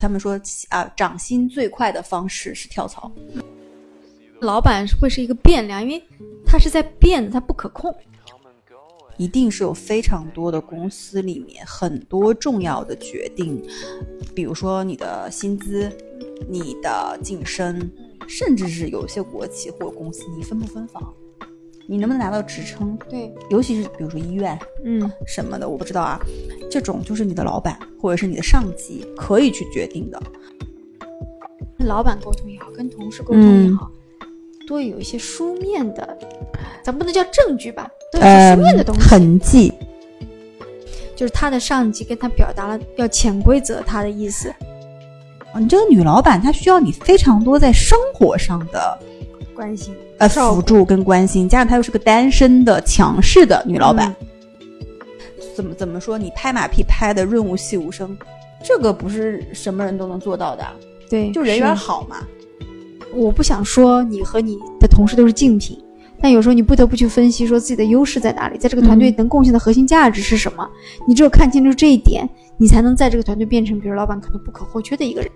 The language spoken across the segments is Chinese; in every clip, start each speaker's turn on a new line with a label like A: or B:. A: 他们说啊，涨薪最快的方式是跳槽。
B: 老板会是一个变量，因为它是在变的，它不可控。
A: 一定是有非常多的公司里面很多重要的决定，比如说你的薪资、你的晋升，甚至是有些国企或公司你分不分房，你能不能拿到职称，
B: 对，
A: 尤其是比如说医院
B: 嗯，
A: 什么的，我不知道啊，这种就是你的老板或者是你的上级可以去决定的。
B: 老板沟通也好，跟同事沟通也好，多有一些书面的，咱不能叫证据吧，都有一些书面的东西。
A: 嗯痕迹，
B: 就是他的上级跟他表达了要潜规则他的意思，
A: 哦你这个女老板她需要你非常多在生活上的
B: 关心
A: 呃
B: 照顾
A: 辅助跟关心，加上她又是个单身的强势的女老
B: 嗯
A: 板，怎么怎么说你拍马屁拍的润物细无声，这个不是什么人都能做到的啊，
B: 嗯对，
A: 就人缘
B: 是。
A: 好嘛。
B: 我不想说你和你的同事都是竞品，但有时候你不得不去分析，说自己的优势在哪里，在这个团队能贡献的核心价值是什么。你只有看清楚这一点，你才能在这个团队变成，比如老板可能不可或缺的一个人。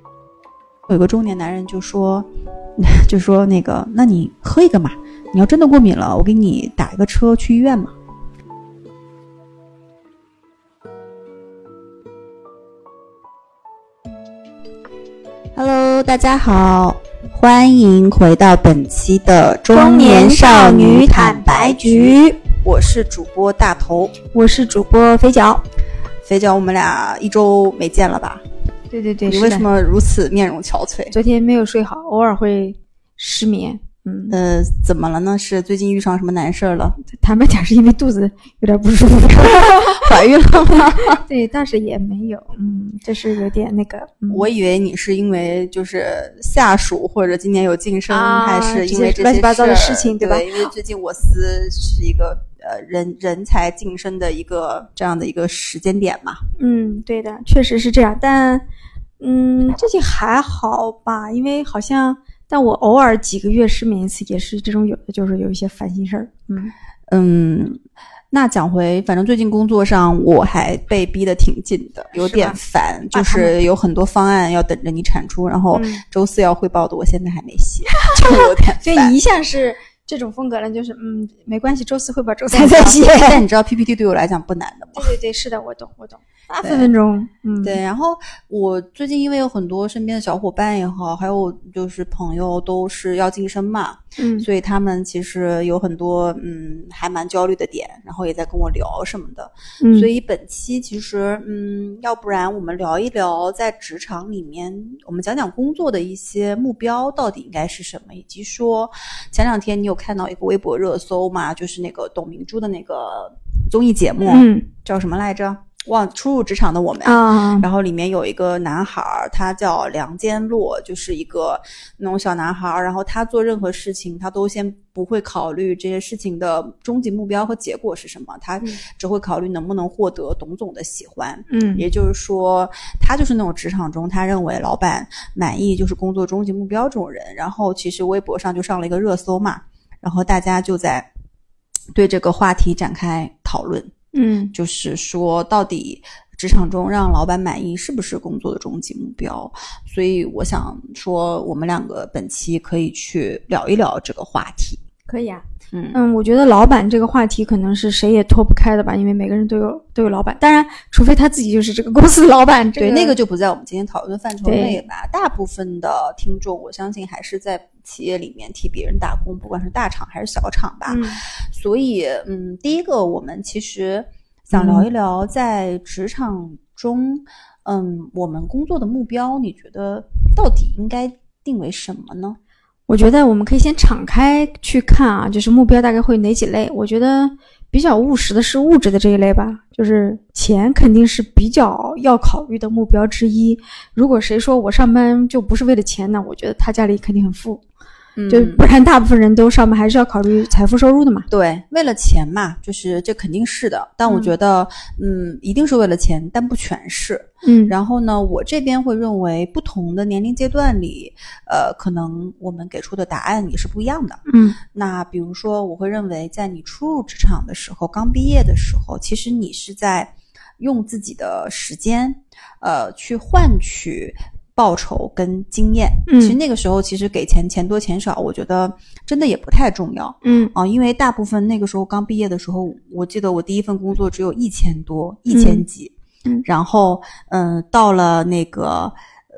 A: 有个中年男人就说， 就说那个，那你喝一个嘛，你要真的过敏了，我给你打一个车去医院嘛。Hello，大家好，欢迎回到本期的中年少女坦白局，我是主播大头
B: 我是主播肥脚。
A: 肥脚，我们俩一周没见了吧？
B: 对对对，
A: 你
B: 嗯是
A: 为
B: 的
A: 什么如此面容憔悴？
B: 昨天没有睡好，偶尔会失眠。嗯，
A: 呃，怎么了呢？是最近遇上什么难事儿了？
B: 坦白讲，是因为肚子有点不舒 服。
A: 怀孕了吗？
B: 对，但是也没有。嗯，这是有点那个。嗯、
A: 我以为你是因为就是下属或者今年有晋升，
B: 啊
A: 还是因为这
B: 这些乱七八糟的事情
A: 对
B: 对吧
A: 因为最近我司是一个呃人人才晋升的一个这样的一个时间点嘛。
B: 嗯，对的，确实是这样。但，嗯，最近还好吧，因为好像，但我偶尔几个月失眠一次，也是这种有的就是有一些烦心事儿。嗯，
A: 嗯，那讲回，反正最近工作上我还被逼得挺紧的，有
B: 是吧
A: 点烦，就
B: 啊他们
A: 是有很多方案要等着你产出，然后
B: 嗯
A: 周四要汇报的，我现在还没 写，就有点
B: 所以
A: 烦
B: 你一向是这种风格呢，就是嗯，没关系，周四汇报，周
A: 但
B: 三再 写。对
A: 但你知道 PPT 对我来讲不难的吗？
B: 对对，是的，我懂，我懂。啊，
A: 对
B: 分分钟，嗯，
A: 对，，然后我最近因为有很多身边的小伙伴也好，还有就是朋友都是要晋升嘛，
B: 嗯，
A: 所以他们其实有很多嗯还蛮焦虑的点，然后也在跟我聊什么的。
B: 嗯
A: 所以本期其实嗯，要不然我们聊一聊在职场里面，我们讲讲工作的一些目标到底应该是什么，以及说前两天你有看到一个微博热搜嘛，就是那个董明珠的那个综艺节目、
B: 嗯
A: 叫什么来着？忘初入职场的我们
B: 啊，
A: 然后里面有一个男孩儿，他叫梁坚洛，就是一个那种小男孩儿。然后他做任何事情，他都先不会考虑这些事情的终极目标和结果是什么，他
B: 嗯
A: 只会考虑能不能获得董总的喜欢。
B: 嗯
A: 也就是说，他就是那种职场中他认为老板满意就是工作终极目标这种人。然后其实微博上就上了一个热搜嘛，然后大家就在对这个话题展开讨论。
B: 嗯
A: 就是说到底职场中让老板满意是不是工作的终极目标？所以我想说，我们两个本期可以去聊一聊这个话题。
B: 可以啊。
A: 嗯，
B: 嗯，我觉得老板这个话题可能是谁也脱不开的吧，因为每个人都有都有老板，当然，除非他自己就是这个公司的老板。这
A: 对，
B: 个
A: 那个就不在我们今天讨论的范畴
B: 对
A: 内吧。大部分的听众，我相信还是在企业里面替别人打工，不管是大厂还是小厂吧。
B: 嗯
A: 所以，嗯，第一个我们其实想聊一聊在职场中，嗯我们工作的目标，你觉得到底应该定为什么呢？
B: 我觉得我们可以先敞开去看啊，就是目标大概会有哪几类？我觉得比较务实的是物质的这一类吧，就是钱肯定是比较要考虑的目标之一。如果谁说我上班就不是为了钱呢，我觉得他家里肯定很富，
A: 嗯
B: 就不然大部分人都上班还是要考虑财富收入的嘛。
A: 对，为了钱嘛，就是这肯定是的。但我
B: 嗯
A: 觉得，嗯一定是为了钱，但不全是。
B: 嗯
A: 然后呢，我这边会认为，不同的年龄阶段里，呃，可能我们给出的答案也是不一样的。
B: 嗯
A: 那比如说，我会认为，在你初入职场的时候，刚毕业的时候，其实你是在用自己的时间，呃，去换取报酬跟经验。
B: 嗯
A: 其实那个时候其实给钱钱多钱少，我觉得真的也不太重要
B: 嗯
A: 啊，因为大部分那个时候刚毕业的时候，我记得我第一份工作只有一千多，一千几。
B: 嗯
A: 然后嗯、呃到了那个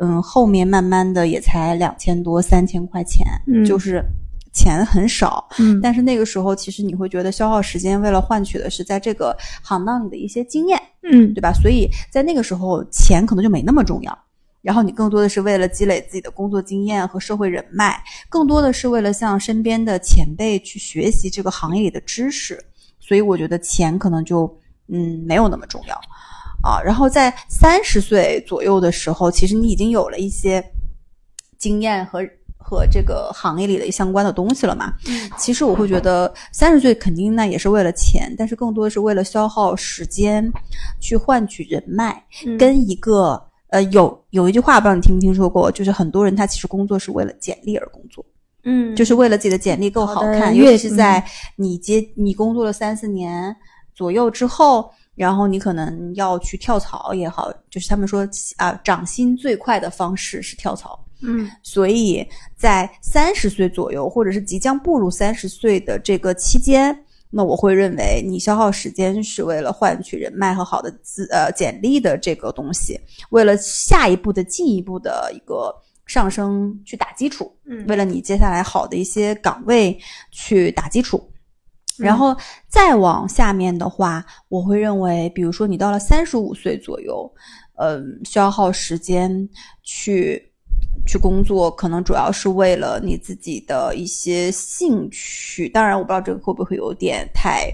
A: 嗯、后面慢慢的也才两千多、三千块钱，
B: 嗯
A: 就是钱很少。
B: 嗯，
A: 但是那个时候，其实你会觉得消耗时间，为了换取的是在这个行当里的一些经验。
B: 嗯
A: 对吧？所以在那个时候，钱可能就没那么重要。然后你更多的是为了积累自己的工作经验和社会人脉，更多的是为了向身边的前辈去学习这个行业里的知识。所以我觉得钱可能就嗯没有那么重要啊。然后在三十岁左右的时候，其实你已经有了一些经验和和这个行业里的相关的东西了嘛。其实我会觉得三十岁肯定那也是为了钱，但是更多是为了消耗时间，去换取人脉，
B: 嗯
A: 跟一个呃有有一句话不知道你听没听说过，就是很多人他其实工作是为了简历而工作，
B: 嗯
A: 就是为了自己的简历更好
B: 好的嗯
A: 看，尤
B: 越
A: 其是在你接你工作了三四年左右之后。然后你可能要去跳槽也好，就是他们说啊，涨薪最快的方式是跳槽。
B: 嗯
A: 所以在三十岁左右，或者是即将步入三十岁的这个期间，那我会认为你消耗时间是为了换取人脉和好的资呃简历的这个东西，为了下一步的进一步的一个上升去打基础，
B: 嗯
A: 为了你接下来好的一些岗位去打基础。
B: 嗯
A: 然后再往下面的话，我会认为，比如说你到了三十五岁左右，嗯，消耗时间去去工作，可能主要是为了你自己的一些兴趣。当然，我不知道这个会不会有点太，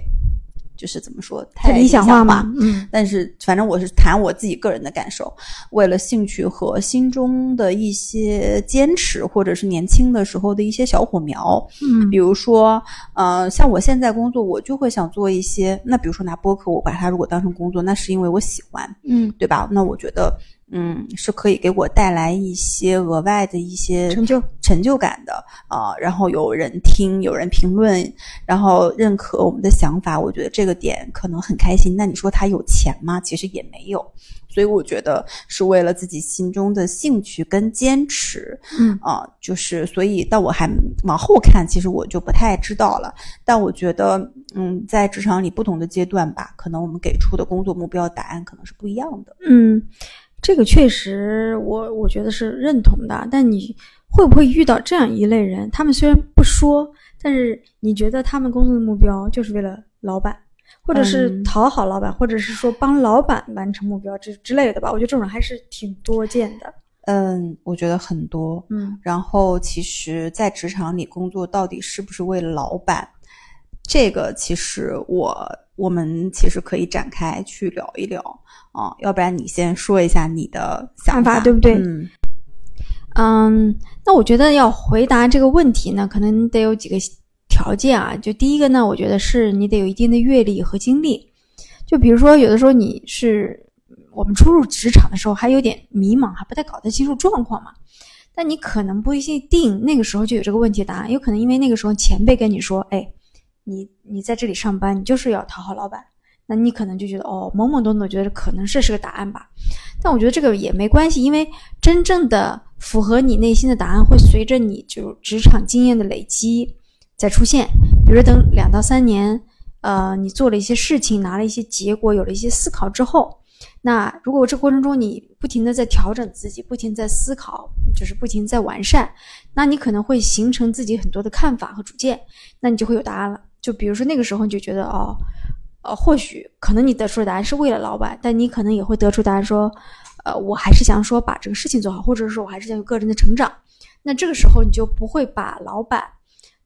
A: 就是怎么说，太
B: 太理想化
A: 化
B: 嘛，嗯
A: 但是反正我是谈我自己个人的感受，为了兴趣和心中的一些坚持，或者是年轻的时候的一些小火苗，
B: 嗯
A: 比如说，呃，像我现在工作，我就会想做一些，那比如说拿播客，我把它如果当成工作，那是因为我喜欢，
B: 嗯，
A: 对吧？那我觉得，嗯，是可以给我带来一些额外的一些
B: 成就
A: 成就感的啊、然后有人听，有人评论，然后认可我们的想法，我觉得这个点可能很开心。那你说他有钱吗？其实也没有，所以我觉得是为了自己心中的兴趣跟坚持，
B: 嗯
A: 啊、就是所以到我还往后看，其实我就不太知道了。但我觉得，嗯，在职场里不同的阶段吧，可能我们给出的工作目标答案可能是不一样的。
B: 嗯，这个确实我，我觉得是认同的。但你会不会遇到这样一类人？他们虽然不说，但是你觉得他们工作的目标就是为了老板，或者是
A: 嗯
B: 讨好老板，或者是说帮老板完成目标之之类的吧？我觉得这种人还是挺多见的。
A: 嗯，我觉得很多，
B: 嗯
A: 然后，其实，在职场里工作到底是不是为了老板，这个其实我我们其实可以展开去聊一聊啊，要不然你先说一下你的想
B: 看法对不对
A: 嗯
B: 嗯，那我觉得要回答这个问题呢，可能得有几个条件啊。就第一个呢，我觉得是你得有一定的阅历和经历。就比如说，有的时候你是我们初入职场的时候还有点迷茫，还不太搞得清楚状况嘛。但你可能不一定那个时候就有这个问题答案，有可能因为那个时候前辈跟你说：“哎，你你在这里上班，你就是要讨好老板。”那你可能就觉得哦，懵懵懂懂，觉得可能这是个答案吧。但我觉得这个也没关系，因为真正的符合你内心的答案会随着你就职场经验的累积再出现。比如说等两到三年，呃，你做了一些事情，拿了一些结果，有了一些思考之后，那如果这过程中你不停的在调整自己，不停地在思考，就是不停地在完善，那你可能会形成自己很多的看法和主见，那你就会有答案了。就比如说那个时候你就觉得哦，呃，或许可能你得出的答案是为了老板，但你可能也会得出答案说，呃，我还是想说把这个事情做好，或者说我还是想有个人的成长。那这个时候你就不会把老板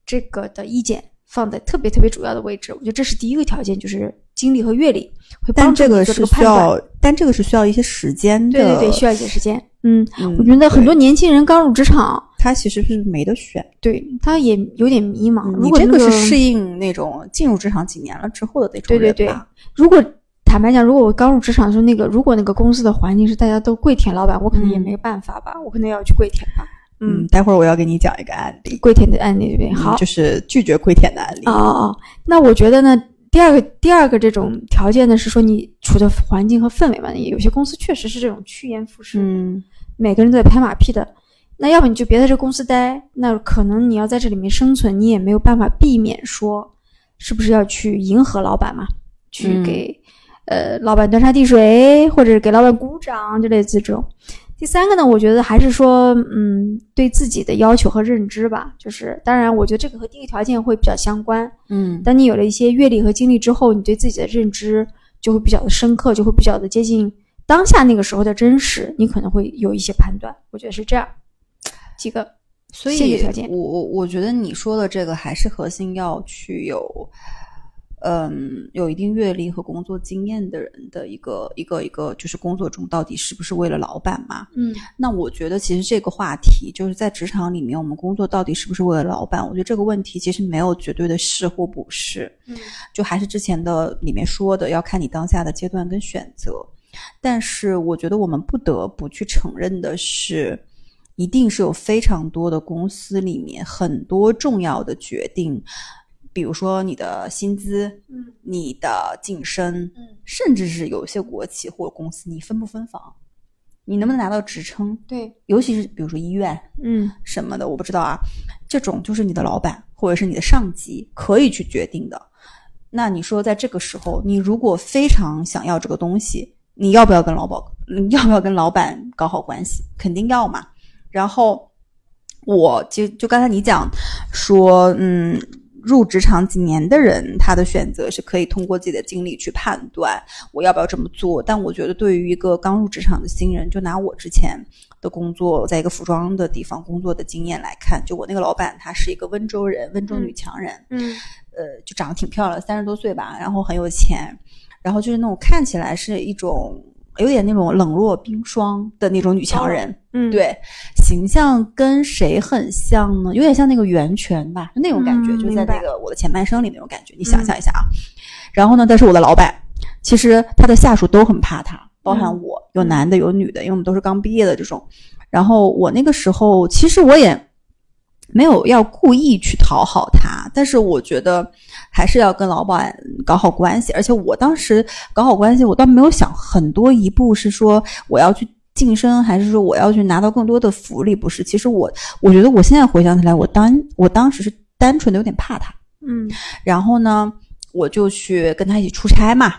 B: 这个的意见放在特别特别主要的位置。我觉得这是第一个条件，就是经历和阅历会帮
A: 但
B: 助
A: 这
B: 你
A: 个
B: 做
A: 是
B: 判
A: 需
B: 断。
A: 要，但这个是需要一些时间的。
B: 对对对，需要一些时间。嗯，
A: 嗯
B: 我觉得很
A: 对
B: 多年轻人刚入职场，
A: 他其实是没得选。
B: 对他也有点迷茫。啊
A: 嗯
B: 如
A: 你
B: 果
A: 这
B: 那
A: 个是适应那种进入职场几年了之后的那种
B: 对对
A: 人
B: 对
A: 吧。
B: 如果坦白讲，如果我刚入职场的时候，那个如果那个公司的环境是大家都跪舔老板，我可能也
A: 嗯
B: 没办法吧，我可能要去跪舔吧。
A: 嗯，，待会儿我要给你讲一个案例，
B: 跪舔的案例对不对？
A: 嗯
B: 好，
A: 就是拒绝跪舔的案例。
B: 哦哦哦，那我觉得呢，第二个第二个这种条件呢，是说你处的环境和氛围嘛，有些公司确实是这种趋炎附势。
A: 嗯
B: 每个人都得拍马屁的。那要不你就别在这公司待，那可能你要在这里面生存，你也没有办法避免说，是不是要去迎合老板嘛？去
A: 嗯
B: 给、呃老板端茶递水，或者是给老板鼓掌，就类似这种。第三个呢，我觉得还是说，嗯，对自己的要求和认知吧，就是当然，我觉得这个和第一个条件会比较相关。
A: 嗯
B: 当你有了一些阅历和经历之后，你对自己的认知就会比较的深刻，就会比较的接近当下那个时候的真实，你可能会有一些判断。我觉得是这样。几个，
A: 所
B: 先决
A: 以
B: 条件
A: 我我我觉得你说的这个还是核心要去有，嗯，有一定阅历和工作经验的人的一个一个一个，就是工作中到底是不是为了老板嘛？
B: 嗯
A: 那我觉得其实这个话题就是在职场里面，我们工作到底是不是为了老板？我觉得这个问题其实没有绝对的是或不是，
B: 嗯
A: 就还是之前的里面说的，要看你当下的阶段跟选择。但是我觉得我们不得不去承认的是，一定是有非常多的公司里面很多重要的决定，比如说你的薪资、
B: 嗯
A: 你的晋升，
B: 嗯，
A: 甚至是有些国企或公司，你分不分房，你能不能拿到职称，
B: 对，
A: 尤其是比如说医院，
B: 嗯
A: 什么的，我不知道啊。这种就是你的老板或者是你的上级可以去决定的。那你说，在这个时候，你如果非常想要这个东西，你要不要跟老板，嗯要不要跟老板搞好关系？肯定要嘛。然后，我就就刚才你讲说，嗯，入职场几年的人，他的选择是可以通过自己的经历去判断我要不要这么做。但我觉得，对于一个刚入职场的新人，就拿我之前的工作，在一个服装的地方工作的经验来看，就我那个老板，她是一个温州人，温州女强人，
B: 嗯
A: 呃，就长得挺漂亮，三十多岁吧，然后很有钱，然后就是那种看起来是一种有点那种冷若冰霜的那种女强人，
B: 嗯，
A: 对，形象跟谁很像呢？有点像那个袁泉吧，就那种感觉，
B: 嗯
A: 就在
B: 明白嗯
A: 那个我的前半生里那种感觉。你想象一下啊。然后呢，但是我的老板，其实他的下属都很怕他，包含
B: 嗯
A: 我，有男的有女的，因为我们都是刚毕业的这种。然后我那个时候，其实我也没有要故意去讨好他，但是我觉得还是要跟老板搞好关系。而且我当时搞好关系，我倒没有想很多一步是说我要去晋升，还是说我要去拿到更多的福利，不是。其实我我觉得我现在回想起来，我当我当时是单纯的有点怕他。
B: 嗯
A: 然后呢，我就去跟他一起出差嘛。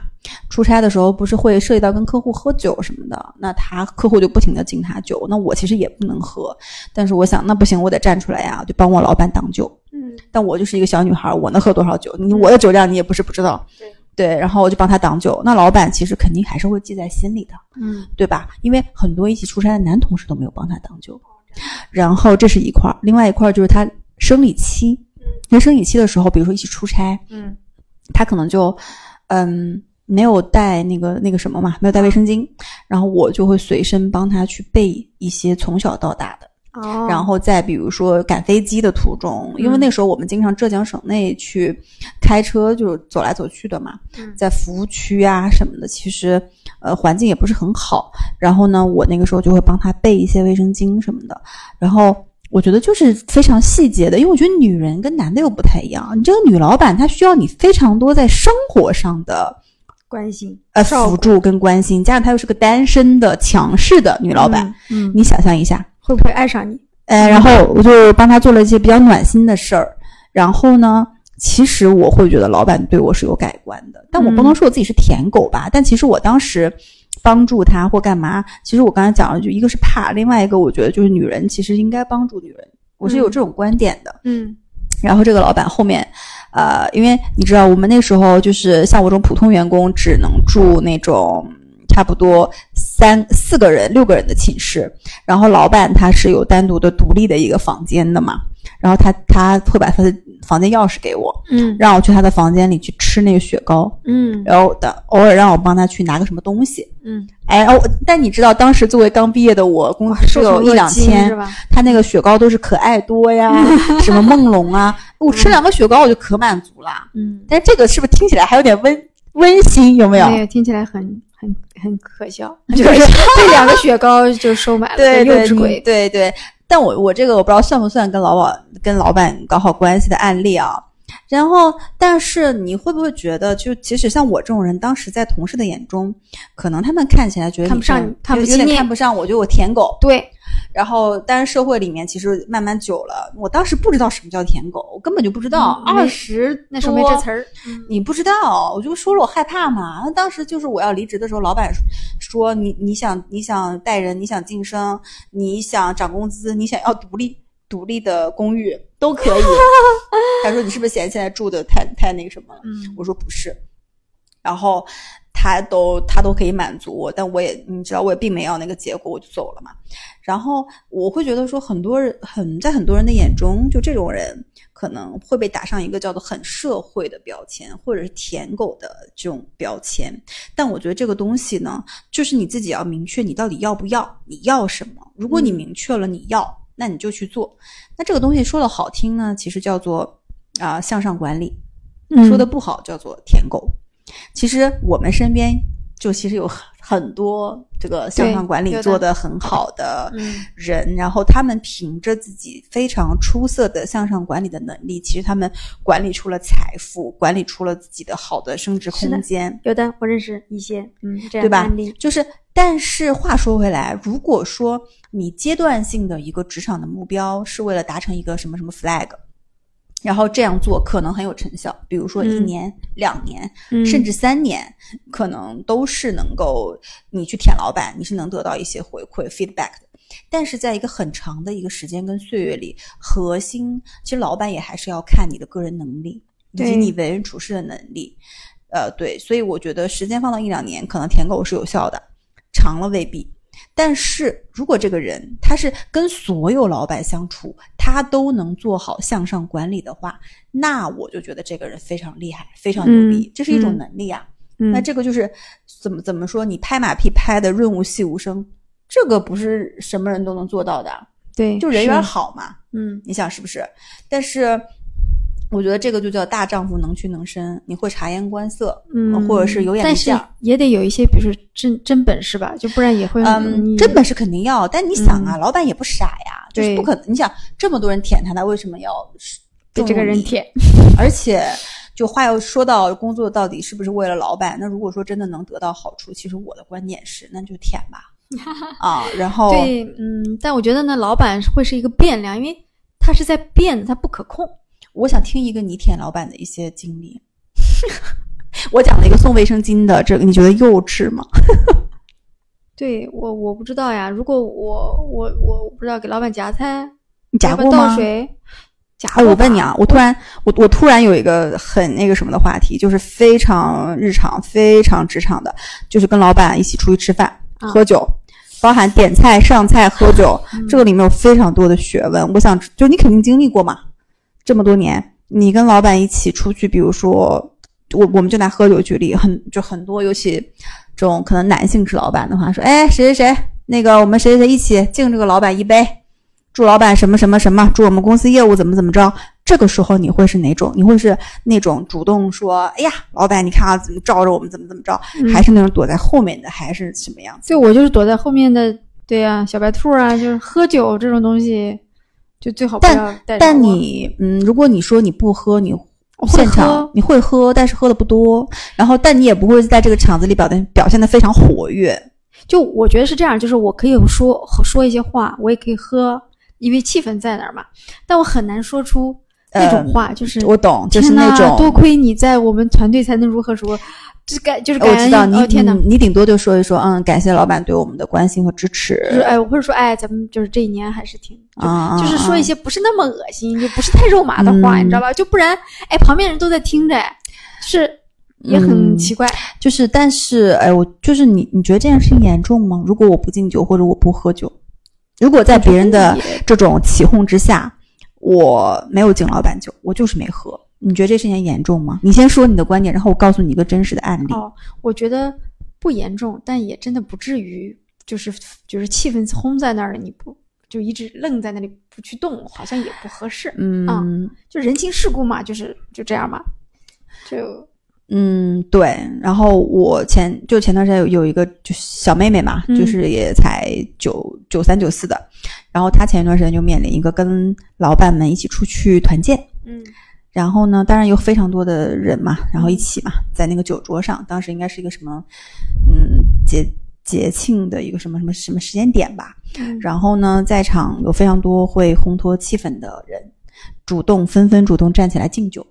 A: 出差的时候不是会涉及到跟客户喝酒什么的，那他客户就不停的敬他酒，那我其实也不能喝，但是我想那不行，我得站出来呀，就帮我老板挡酒。
B: 嗯
A: 但我就是一个小女孩，我能喝多少酒？你我的酒量你也不是不知道，
B: 对
A: 对，然后我就帮他挡酒。那老板其实肯定还是会记在心里的，
B: 嗯
A: 对吧？因为很多一起出差的男同事都没有帮他挡酒。然后这是一块儿，另外一块儿就是他生理期，因为生理期的时候，比如说一起出差，
B: 嗯
A: 他可能就嗯没有带那个那个什么嘛，没有带卫生巾，然后我就会随身帮他去备一些从小到大的。
B: 哦，
A: 然后再比如说赶飞机的途中，因为
B: 嗯
A: 那时候我们经常浙江省内去开车，就是走来走去的嘛，
B: 嗯
A: 在服务区啊什么的，其实呃环境也不是很好。然后呢，我那个时候就会帮他备一些卫生巾什么的。然后我觉得就是非常细节的，因为我觉得女人跟男的又不太一样，你这个女老板她需要你非常多在生活上的。
B: 关心
A: 呃，
B: 照
A: 辅
B: 顾
A: 助跟关心，加上她又是个单身的强势的女老板，，
B: 嗯，嗯
A: 你想象一下，
B: 会不会爱上你？
A: 呃，然后我就帮他做了一些比较暖心的事儿。然后呢，其实我会觉得老板对我是有改观的，但我不能说我自己是舔狗吧。但其实我当时帮助他或干嘛，其实我刚才讲了，就一个是怕，另外一个我觉得就是女人其实应该帮助女人，我是有这种观点的。
B: 嗯
A: 然后这个老板后面，呃，因为你知道我们那时候就是像我这种普通员工，只能住那种差不多三四个人、六个人的寝室。然后老板他是有单独的、独立的一个房间的嘛。然后他他会把他的房间钥匙给我，
B: 嗯
A: 让我去他的房间里去吃那个雪糕，
B: 嗯
A: 然后的偶尔让我帮他去拿个什么东西。
B: 嗯，
A: 哎，哦，但你知道当时作为刚毕业的我，工
B: 哇
A: 资只
B: 受宠
A: 有一
B: 若
A: 两
B: 惊
A: 千
B: 是，吧？
A: 他那个雪糕都是可爱多 呀，什么梦龙啊，我吃两个雪糕我就可满足了。
B: 嗯，
A: 但是这个是不是听起来还有点温温馨？有没有？
B: 没有，听起来很很很可笑，
A: 就
B: 就是 被两个雪糕就收买了，
A: 对
B: 幼
A: 对
B: 稚
A: 你
B: 鬼。
A: 对对。但我我这个我不知道算不算跟老板跟老板搞好关系的案例啊。然后，但是你会不会觉得，就即使像我这种人，当时在同事的眼中，可能他们看起来觉得
B: 看不上
A: 你这
B: 你
A: 种，
B: 看不
A: 有
B: 起
A: 有
B: 你
A: 点看不上我，觉得我舔狗。
B: 对，
A: 然后，但是社会里面其实慢慢久了，我当时不知道什么叫舔狗，我根本就不知道。
B: 嗯
A: 二十
B: 那时候没这词儿，
A: 你不知道，我就说了我害怕嘛。那当时就是我要离职的时候，老板说说你你想你想带人，你想晋升，你想涨工资，你想要独立独立的公寓都 可以。他说你是不是嫌现在住的太太那个什么了？
B: 嗯，
A: 我说不是，然后他都他都可以满足我，但我也你知道我也并没要那个结果，我就走了嘛。然后我会觉得说，很多人很在很多人的眼中，就这种人可能会被打上一个叫做很社会的标签，或者是舔狗的这种标签。但我觉得这个东西呢，就是你自己要明确你到底要不要，你要什么。如果你
B: 嗯
A: 明确了你要，那你就去做。那这个东西说的好听呢，其实叫做啊、向上管理。
B: 嗯
A: 说的不好叫做舔狗。其实我们身边就其实有很很多这个向上管
B: 对
A: 理
B: 有的
A: 做得很好的
B: 嗯
A: 人，然后他们凭着自己非常出色的向上管理的能力，其实他们管理出了财富，管理出了自己的好的升值
B: 是的
A: 空间，
B: 有的我认识一些，嗯，这
A: 对
B: 样的
A: 吧
B: 案例，？
A: 就是。但是话说回来，如果说你阶段性的一个职场的目标是为了达成一个什么什么 flag，然后这样做可能很有成效，比如说一
B: 嗯
A: 年、两年，
B: 嗯
A: 甚至三年，可能都是能够你去舔老板，你是能得到一些回馈 feedback 的。但是在一个很长的一个时间跟岁月里，核心其实老板也还是要看你的个人能力以
B: 对
A: 及你为人处事的能力。呃，对，所以我觉得时间放到一两年，可能舔狗是有效的，长了未必。但是如果这个人他是跟所有老板相处，他都能做好向上管理的话，那我就觉得这个人非常厉害，非常牛逼，
B: 嗯
A: 这是一种
B: 嗯
A: 能力啊。
B: 嗯
A: 那这个就是怎么怎么说，你拍马屁拍的润物细无声，这个不是什么人都能做到的啊，
B: 对
A: 就人缘
B: 是
A: 好嘛，
B: 嗯
A: 你想是不是？但是我觉得这个就叫大丈夫能屈能伸，你会察言观色，
B: 嗯，
A: 或者是有眼
B: 但
A: 力
B: 是
A: 见儿。
B: 也得有一些，比如说真真本事吧，就不然也会
A: 嗯，真本事肯定要，但你想啊，老板也不傻呀，就是
B: 嗯对
A: 不可能。你想这么多人舔他，他为什么要
B: 被
A: 重
B: 这个
A: 用
B: 人
A: 你
B: 舔，
A: 而且，就话又说到工作到底是不是为了老板？那如果说真的能得到好处，其实我的观点是，那就舔 吧。啊，然后
B: 对，嗯，但我觉得呢，老板会是一个变量，因为他是在变的，他不可控。
A: 我想听一个你舔老板的一些经历。 我讲了一个送卫生巾的，这个你觉得幼稚吗？
B: 对我，我不知道呀。如果我我我我不知道给老板夹菜，
A: 你夹
B: 老板
A: 过吗
B: 倒？水，夹
A: 哎，
B: 过
A: 我问你
B: 吧
A: 啊，，我突然，我我突然有一个很那个什么的话题，就是非常日常、非常职场的，就是跟老板一起出去吃饭、
B: 啊嗯
A: 喝酒，包含点菜、上菜、喝酒，这个里面有非常多的学问。我想，就你肯定经历过嘛，这么多年，你跟老板一起出去，比如说，我我们就拿喝酒举例，很就很多，尤其这种可能男性是老板的话，说，哎，谁谁谁，那个我们谁谁谁一起敬这个老板一杯，祝老板什么什么什么，祝我们公司业务怎么怎么着。这个时候你会是哪种？你会是那种主动说，哎呀，老板，你看啊，怎么罩着我们，怎么怎么着，
B: 嗯
A: 还是那种躲在后面的，还是什么样子？
B: 对我就是躲在后面的，对呀、小白兔啊，就是喝酒这种东西，就最好不要带着
A: 但
B: 我
A: 你，嗯，如果你说你不喝，你
B: 我会
A: 现场
B: 喝，
A: 你会喝，但是喝的不多，然后但你也不会在这个场子里表现表现的非常活跃。
B: 就我觉得是这样，就是我可以说说一些话，我也可以喝，因为气氛在那儿嘛。但我很难说出那种
A: 呃
B: 话，就是
A: 我懂，就是
B: 天
A: 那
B: 呐
A: 种
B: 多亏你在我们团队才能如何如何，就是感就是
A: 呃
B: 感
A: 我
B: 恩。
A: 知道你、
B: 哦、天哪，
A: 嗯你顶多就说一说，嗯，感谢老板对我们的关心和支持
B: 就是哎，我或者说哎，咱们就是这一年还是挺，就
A: 啊，
B: 就是说一
A: 些
B: 些不是那么恶心，就不是太肉麻的话，
A: 嗯
B: 你知道吧？就不然哎，旁边人都在听着，哎就是也很
A: 嗯
B: 奇怪。
A: 就是，但是哎，我就是你，你觉得这件事情严重吗？如果我不敬酒或者我不喝酒，如果在别人的
B: 我觉得也
A: 这种起哄之下，我没有敬老板酒，我就是没喝，你觉得这事情严重吗？你先说你的观点，然后我告诉你一个真实的案例。
B: 哦，我觉得不严重，但也真的不至于，就是就是气氛轰在那儿了，你不就一直愣在那里不去动，好像也不合适。
A: 嗯
B: 就人情世故嘛，就是就这样嘛，就
A: 嗯，对。然后我前就前段时间有有一个就是小妹妹嘛，
B: 嗯
A: 就是也才九九三九四的，然后她前一段时间就面临一个跟老板们一起出去团建，
B: 嗯
A: 然后呢，当然有非常多的人嘛，然后一起嘛，在那个酒桌上，当时应该是一个什么，嗯，节节庆的一个什么什么什么时间点吧。
B: 嗯
A: 然后呢，在场有非常多会烘托气氛的人，主动纷纷主动站起来敬酒，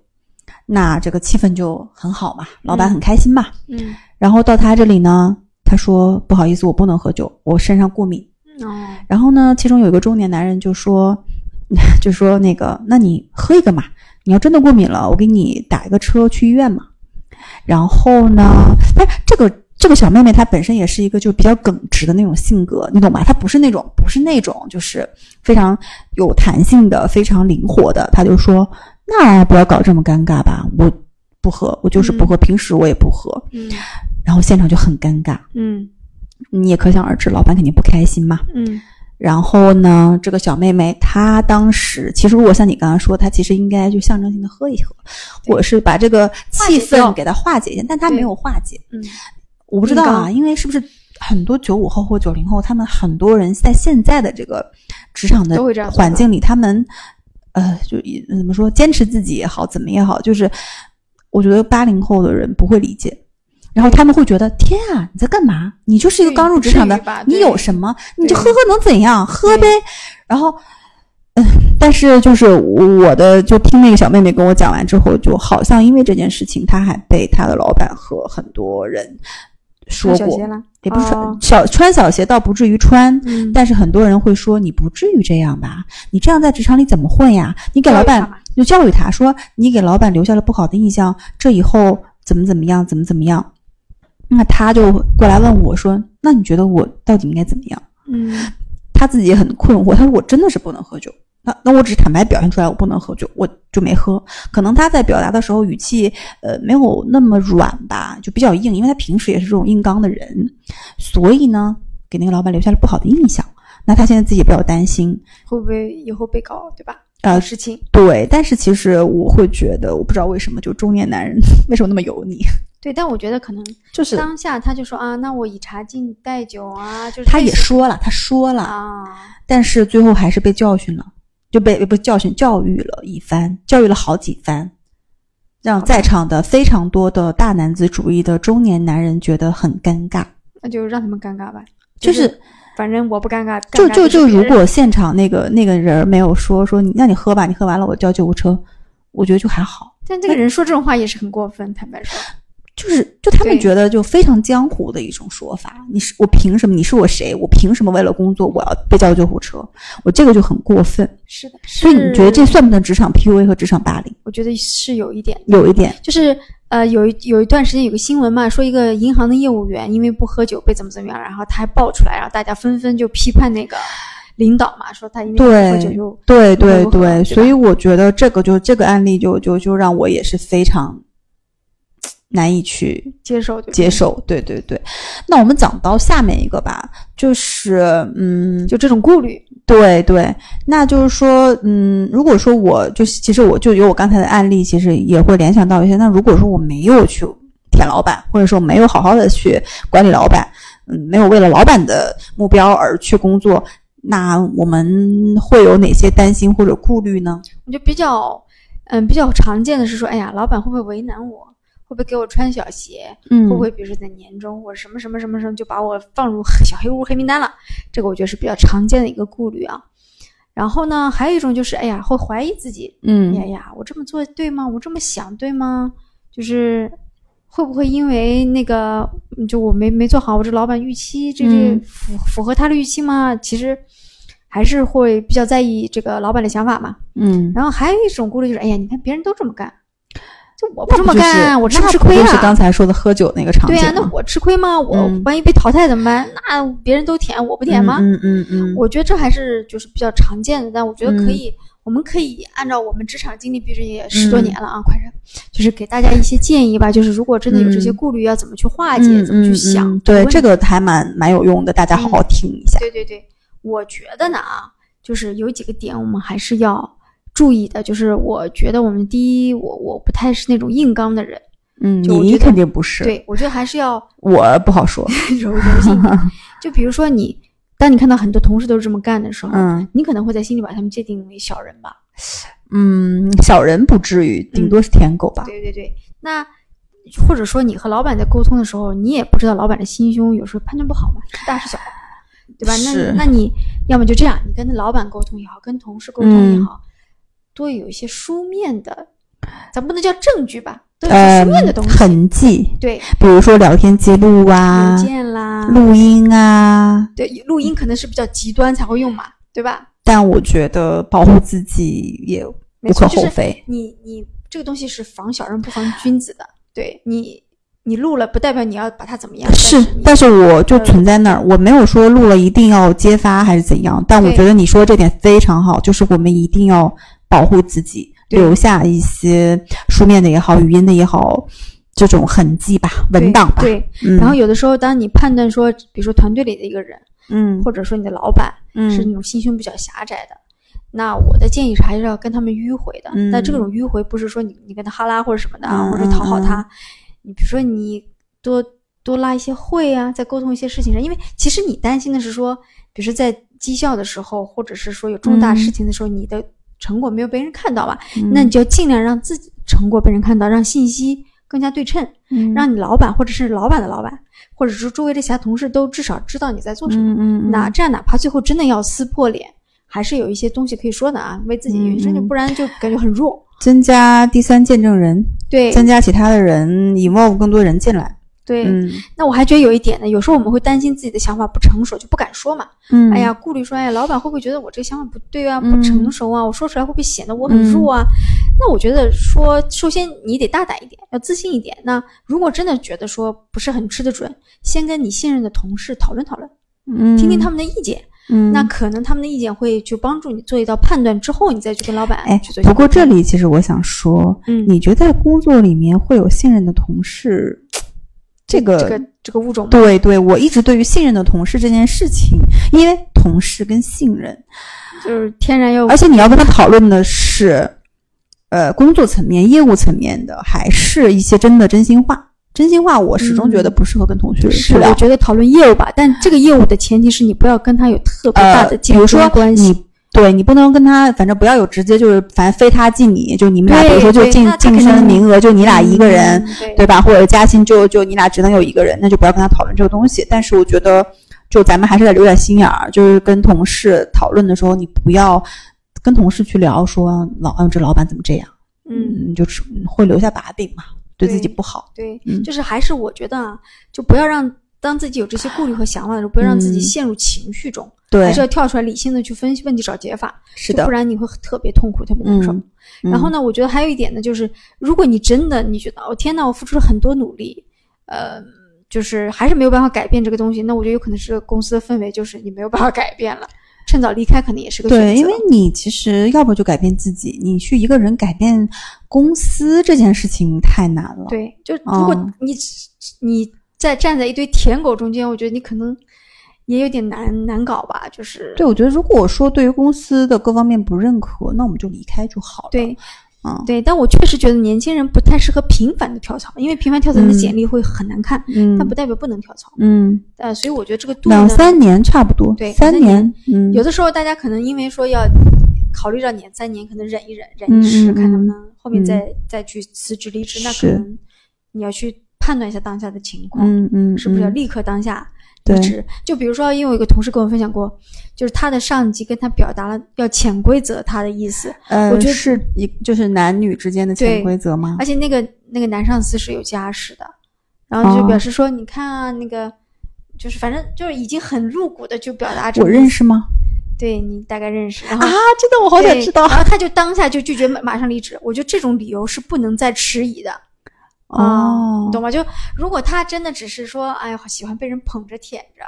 A: 那这个气氛就很好嘛，老板很开心嘛。
B: 嗯，
A: 然后到他这里呢，他说不好意思，我不能喝酒，我身上过敏。
B: 哦，
A: 然后呢，其中有一个中年男人就说， 就说那个，那你喝一个嘛，你要真的过敏了，我给你打一个车去医院嘛。然后呢，哎，这个这个小妹妹她本身也是一个就比较耿直的那种性格，你懂吧？她不是那种不是那种就是非常有弹性的、非常灵活的。她就说，那不要搞这么尴尬吧，我不喝，我就是不喝，平时我也不喝。
B: 嗯
A: 然后现场就很尴尬，
B: 嗯
A: 你也可想而知，老板肯定不开心嘛。
B: 嗯
A: 然后呢，这个小妹妹她当时其实如果像你刚刚说，她其实应该就象征性的喝一喝，或者是把这个气
B: 化解掉
A: 氛给她化解一下，但她没有化解。
B: 嗯
A: 我不知道啊，因为是不是很多九五后或九零后，他们很多人在现在的这个职场的
B: 都会这样做的
A: 环境里，他们呃，就一怎么说，坚持自己也好，怎么也好，就是我觉得八零后的人不会理解。然后他们会觉得天啊，你在干嘛？你就是一个
B: 对
A: 刚入职场的
B: 不至于吧，
A: 你
B: 对
A: 有什么？你就
B: 对
A: 喝喝能怎样？喝呗。然后，嗯，但是就是我的，就听那个小妹妹跟我讲完之后，就好像因为这件事情，她还被她的老板和很多人说
B: 穿小
A: 过
B: 鞋，了，
A: 也不是穿、
B: 哦
A: 小穿小鞋倒不至于穿。
B: 嗯，
A: 但是很多人会说，你不至于这样吧？你这样在职场里怎么混呀？你给老
B: 教育
A: 板
B: 他吧
A: 就教育他说，你给老板留下了不好的印象，这以后怎么怎么样，怎么怎么样。那他就过来问我说，那你觉得我到底应该怎么样？
B: 嗯
A: 他自己也很困惑，他说我真的是不能喝酒。那那我只坦白表现出来我不能喝酒，我就没喝。可能他在表达的时候语气呃没有那么软吧，就比较硬，因为他平时也是这种硬刚的人，所以呢给那个老板留下了不好的印象。那他现在自己也比较担心，
B: 会不会以后被搞对吧？
A: 呃
B: 搞事情，
A: 对。但是其实我会觉得，我不知道为什么，就中年男人 为什么那么油腻，
B: 对，但我觉得可能
A: 就是
B: 当下他就说啊，那我以茶敬代酒啊，就是
A: 他
B: 类
A: 也
B: 似
A: 说了，他说了，
B: 啊，
A: 但是最后还是被教训了，就被不是教训教育了一番，教育了好几番，让在场的非常多的大男子主义的中年男人觉得很尴尬。
B: 那就让他们尴尬吧，
A: 就是是
B: 反正我不尴尬，
A: 就
B: 尴尬
A: 就就是
B: 别
A: 如
B: 人
A: 果现场那个那个人没有说说你让你喝吧，你喝完了我叫救护车，我觉得就还好，
B: 但这个人说这种话也是很过分，坦白说，
A: 就是就他们
B: 对
A: 觉得就非常江湖的一种说法。你是我凭什么？你是我谁？我凭什么为了工作我要被叫救护车？我这个就很过分。
B: 是的，
A: 所以你觉得这
B: 是
A: 算不算职场 PUA 和职场霸凌？
B: 我觉得是有一点，
A: 有一点。
B: 就是呃，有一有一段时间有个新闻嘛，说一个银行的业务员因为不喝酒被怎么怎么样，然后他还爆出来，然后大家纷纷就批判那个领导嘛，说他因为不喝酒
A: 对
B: 就
A: 对对
B: 如何如何
A: 对，
B: 对
A: 所
B: 吧
A: 以我觉得这个就这个案例就就就让我也是非常难以去
B: 接受就
A: 接受。对对对，那我们讲到下面一个吧，就是嗯，
B: 就这种顾虑，
A: 对对，那就是说，嗯，如果说我就是，其实我就有我刚才的案例，其实也会联想到一些。那如果说我没有去舔老板，或者说没有好好的去管理老板，嗯，没有为了老板的目标而去工作，那我们会有哪些担心或者顾虑呢？
B: 我就比较嗯比较常见的是说，哎呀，老板会不会为难我？会不会给我穿小鞋？
A: 嗯
B: 会不会比如说在年终或者什么什么什么什么就把我放入黑 小黑屋黑名单了？这个我觉得是比较常见的一个顾虑啊。然后呢，还有一种就是，哎呀，会怀疑自己，哎
A: 嗯
B: 呀，我这么做对吗？我这么想对吗？就是会不会因为那个，嗯就我没没做好，我这老板预期，这这
A: 嗯
B: 符符合他的预期吗？其实还是会比较在意这个老板的想法嘛。
A: 嗯，
B: 然后还有一种顾虑就是，哎呀，你看别人都这么干，就我不
A: 那
B: 这么
A: 就是
B: 干，我吃
A: 那
B: 不吃
A: 不
B: 亏
A: 就是
B: 啊？
A: 刚才说的喝酒那个场景
B: 对
A: 吗？
B: 呀、那我吃亏吗？我
A: 嗯
B: 万一被淘汰怎么办？那别人都舔，我不舔吗？
A: 嗯嗯嗯，嗯
B: 我觉得这还是就是比较常见的，但我觉得可
A: 嗯
B: 以，我们可以按照我们职场经历，毕竟也十多年了啊，快是，就是给大家一些建议吧。就是如果真的有这些
A: 嗯
B: 顾虑，要怎么去化解，
A: 嗯
B: 怎么去
A: 嗯
B: 想？
A: 嗯对
B: 问嗯
A: 这个还蛮蛮有用的，大家好好听一下。
B: 对对对，我觉得呢啊，就是有几个点我们还是要注意的。就是我觉得我们第一，我我不太是那种硬刚的人，
A: 嗯，
B: 就我
A: 你
B: 觉得
A: 肯定不是，
B: 对我觉得还是 要
A: 我不好 说。
B: 柔柔性一点。就比如说你，当你看到很多同事都是这么干的时候，
A: 嗯，
B: 你可能会在心里把他们界定为小人吧。
A: 嗯，小人不至于，顶多是舔狗吧。
B: 对对对，那或者说你和老板在沟通的时候，你也不知道老板的心胸，有时候判断不好嘛，是大是小，啊对吧？
A: 是
B: 那那你要么就这样，你跟老板沟通也好，跟同事沟通也
A: 嗯
B: 好，多有一些书面的，咱不能叫证据吧，都有一些
A: 呃
B: 书面的东，西，
A: 痕迹，
B: 对，
A: 比如说聊天记录啊
B: 邮、件啦，
A: 录音啊。
B: 对，录音可能是比较极端才会用嘛，对吧？
A: 但我觉得保护自己也
B: 没
A: 无
B: 错
A: 可
B: 就是
A: 厚非。
B: 你你这个东西是防小人不防君子的，对你你录了不代表你要把它怎么样，
A: 是
B: 你，
A: 但是我就
B: 嗯
A: 存在那儿，我没有说录了一定要揭发还是怎样。但我
B: 对
A: 觉得你说这点非常好，就是我们一定要保护自己，
B: 对
A: 留下一些书面的也好，语音的也好，这种痕迹吧，文档吧。
B: 对，
A: 嗯，
B: 然后有的时候，当你判断说，比如说团队里的一个人，
A: 嗯
B: 或者说你的老板
A: 嗯
B: 是那种心胸比较狭窄的，那我的建议是还是要跟他们迂回的。
A: 嗯
B: 那这种迂回不是说你你跟他哈拉或者什么的啊，
A: 嗯
B: 或者讨好他，你比如说你多多拉一些会啊，在沟通一些事情上，因为其实你担心的是说，比如说在绩效的时候，或者是说有重大
A: 嗯
B: 事情的时候，你的成果没有被人看到嘛，
A: 嗯
B: 那你就要尽量让自己成果被人看到，让信息更加对称。
A: 嗯
B: 让你老板或者是老板的老板，或者是周围的其他同事都至少知道你在做什
A: 嗯
B: 么。
A: 嗯嗯
B: 那这样哪怕最后真的要撕破脸，还是有一些东西可以说的啊，为自己
A: 嗯
B: 人生就
A: 嗯
B: 不然就感觉很弱。
A: 增加第三见证人，
B: 对
A: 增加其他的人，involve 更多人进来。
B: 对、
A: 嗯
B: 那我还觉得有一点呢，有时候我们会担心自己的想法不成熟，就不敢说嘛。
A: 嗯，
B: 哎呀，，顾虑说，哎，老板会不会觉得我这个想法不对啊，不
A: 嗯
B: 成熟啊？我说出来会不会显得我很弱啊？那我觉得说，首先你得大胆一点，要自信一点。那如果真的觉得说不是很吃得准，先跟你信任的同事讨论讨论，
A: 嗯，
B: 听听他们的意见。
A: 嗯，
B: 那可能他们的意见会去帮助你做一道判断之后，你再去跟老板
A: 哎
B: 去做。，
A: 不过这，里其实我想说，
B: 嗯，
A: 你觉得工作里面会有信任的同事？这个
B: 嗯这个这个物种嘛，
A: 呃对对，我一直对于信任的同事这件事情，因为同事跟信任，
B: 就是天然要
A: 而且你要跟他讨论的是，呃，工作层面、业务层面的，还是一些真的真心话。真心话，我始终觉得不适合跟同学去
B: 嗯是
A: 聊
B: 我。觉得讨论业务吧，但这个业务的前提是你不要跟他有特别大
A: 呃
B: 的，
A: 比
B: 竞
A: 如说
B: 争关系。
A: 你，对你不能跟他，反正不要有直接就是，反正非他即你，就你们俩，
B: 对
A: 比如说就
B: 对
A: 晋
B: 那他
A: 晋
B: 肯定
A: 升
B: 是
A: 名额就你俩一个人，
B: 嗯，对
A: 对吧？或者加薪就就你俩只能有一个人，那就不要跟他讨论这个东西。但是我觉得，就咱们还是得留点心眼儿，就是跟同事讨论的时候，你不要跟同事去聊说老，嗯，这老板怎么这样，
B: 嗯，，
A: 就是会留下把柄嘛，对自己
B: 对
A: 不好。
B: 对
A: 嗯，
B: 就是还是我觉得啊，就不要让当自己有这些顾虑和想法的时候，不要让自己
A: 嗯
B: 陷入情绪中，
A: 对
B: 还是，要跳出来理性的去分析问题，找解法，
A: 是
B: 就
A: 的
B: 不，然你会特别痛苦，特别难受。
A: 嗯。
B: 然后
A: 呢？
B: 呢，我觉得还有一点呢，就是如果你真的你觉得，哦天呐，我付出了很多努力，呃，就是还是没有办法改变这个东西，那我觉得有可能是公司的氛围，就是你没有办法改变了，趁早离开可能也是个选择。
A: 对，因为你其实要不就改变自己，你去一个人改变公司这件事情太难了。
B: 对，就如果
A: 嗯
B: 你、你在站在一堆舔狗中间，我觉得你可能也有点难难搞吧，就是
A: 对，我觉得如果说对于公司的各方面不认可，那我们就离开就好了。，
B: 对
A: 嗯，
B: 对，但我确实觉得年轻人不太适合频繁的跳槽，因为频繁跳槽你的
A: 嗯
B: 简历会很难看，
A: 嗯，
B: 但不代表不能跳槽。
A: 嗯，
B: 呃，所以我觉得这个度呢
A: 两三年差不多，
B: 对
A: 三
B: 两三年
A: 嗯，
B: 有的时候大家可能因为说要考虑到年三年，可能忍一忍，忍
A: 嗯
B: 一试，
A: 嗯
B: 看能不
A: 嗯
B: 能后面
A: 嗯
B: 再、再去辞职离职，那可
A: 是
B: 能你要去判断一下当下的情况，
A: 嗯嗯，
B: 是不是要
A: 嗯
B: 立刻当下
A: 对
B: 离职？就比如说，因为我有一个同事跟我分享过，就是他的上级跟他表达了要潜规则他的意思，
A: 呃，
B: 我觉得
A: 是一就是男女之间的
B: 对哎
A: 潜规则吗？
B: 而且那个那个男上司是有家室的，然后就
A: 哦
B: 表示说，你看啊，那个就是反正就是已经很露骨的就表达这
A: 我
B: 个意
A: 认
B: 思，
A: 识吗？
B: 对你大概认识，然后。，
A: 真的，我好
B: 对然后他就当下就拒绝，马马上离职。我觉得这种理由是不能再迟疑的啊
A: 哦
B: 你，懂吗？就如果他真的只是说，哎呀，喜欢被人捧着舔着，